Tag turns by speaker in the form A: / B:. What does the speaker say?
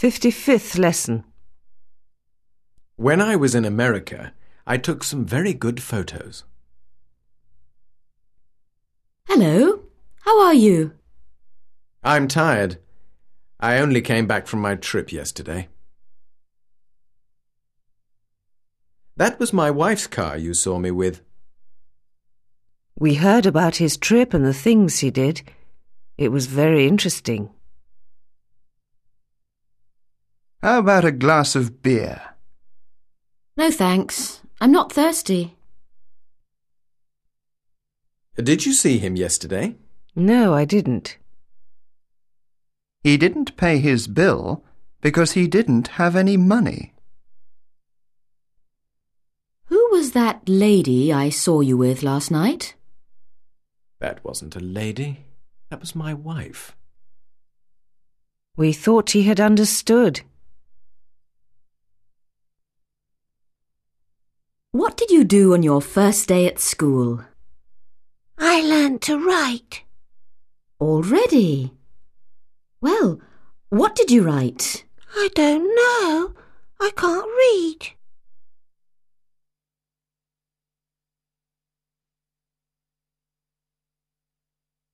A: 55th lesson.
B: When I was in America, I took some very good photos.
C: Hello. How are you?
B: I'm tired. I only came back from my trip yesterday. That was my wife's car you saw me with.
A: We heard about his trip and the things he did. It was very interesting.
D: How about a glass of beer?
C: No thanks. I'm not thirsty.
B: Did you see him yesterday?
A: No, I didn't.
D: He didn't pay his bill because he didn't have any money.
C: Who was that lady I saw you with last night?
B: That wasn't a lady. That was my wife.
A: We thought he had understood.
C: What did you do on your first day at school?
E: I learned to write.
C: Already? Well, what did you write?
E: I don't know. I can't read.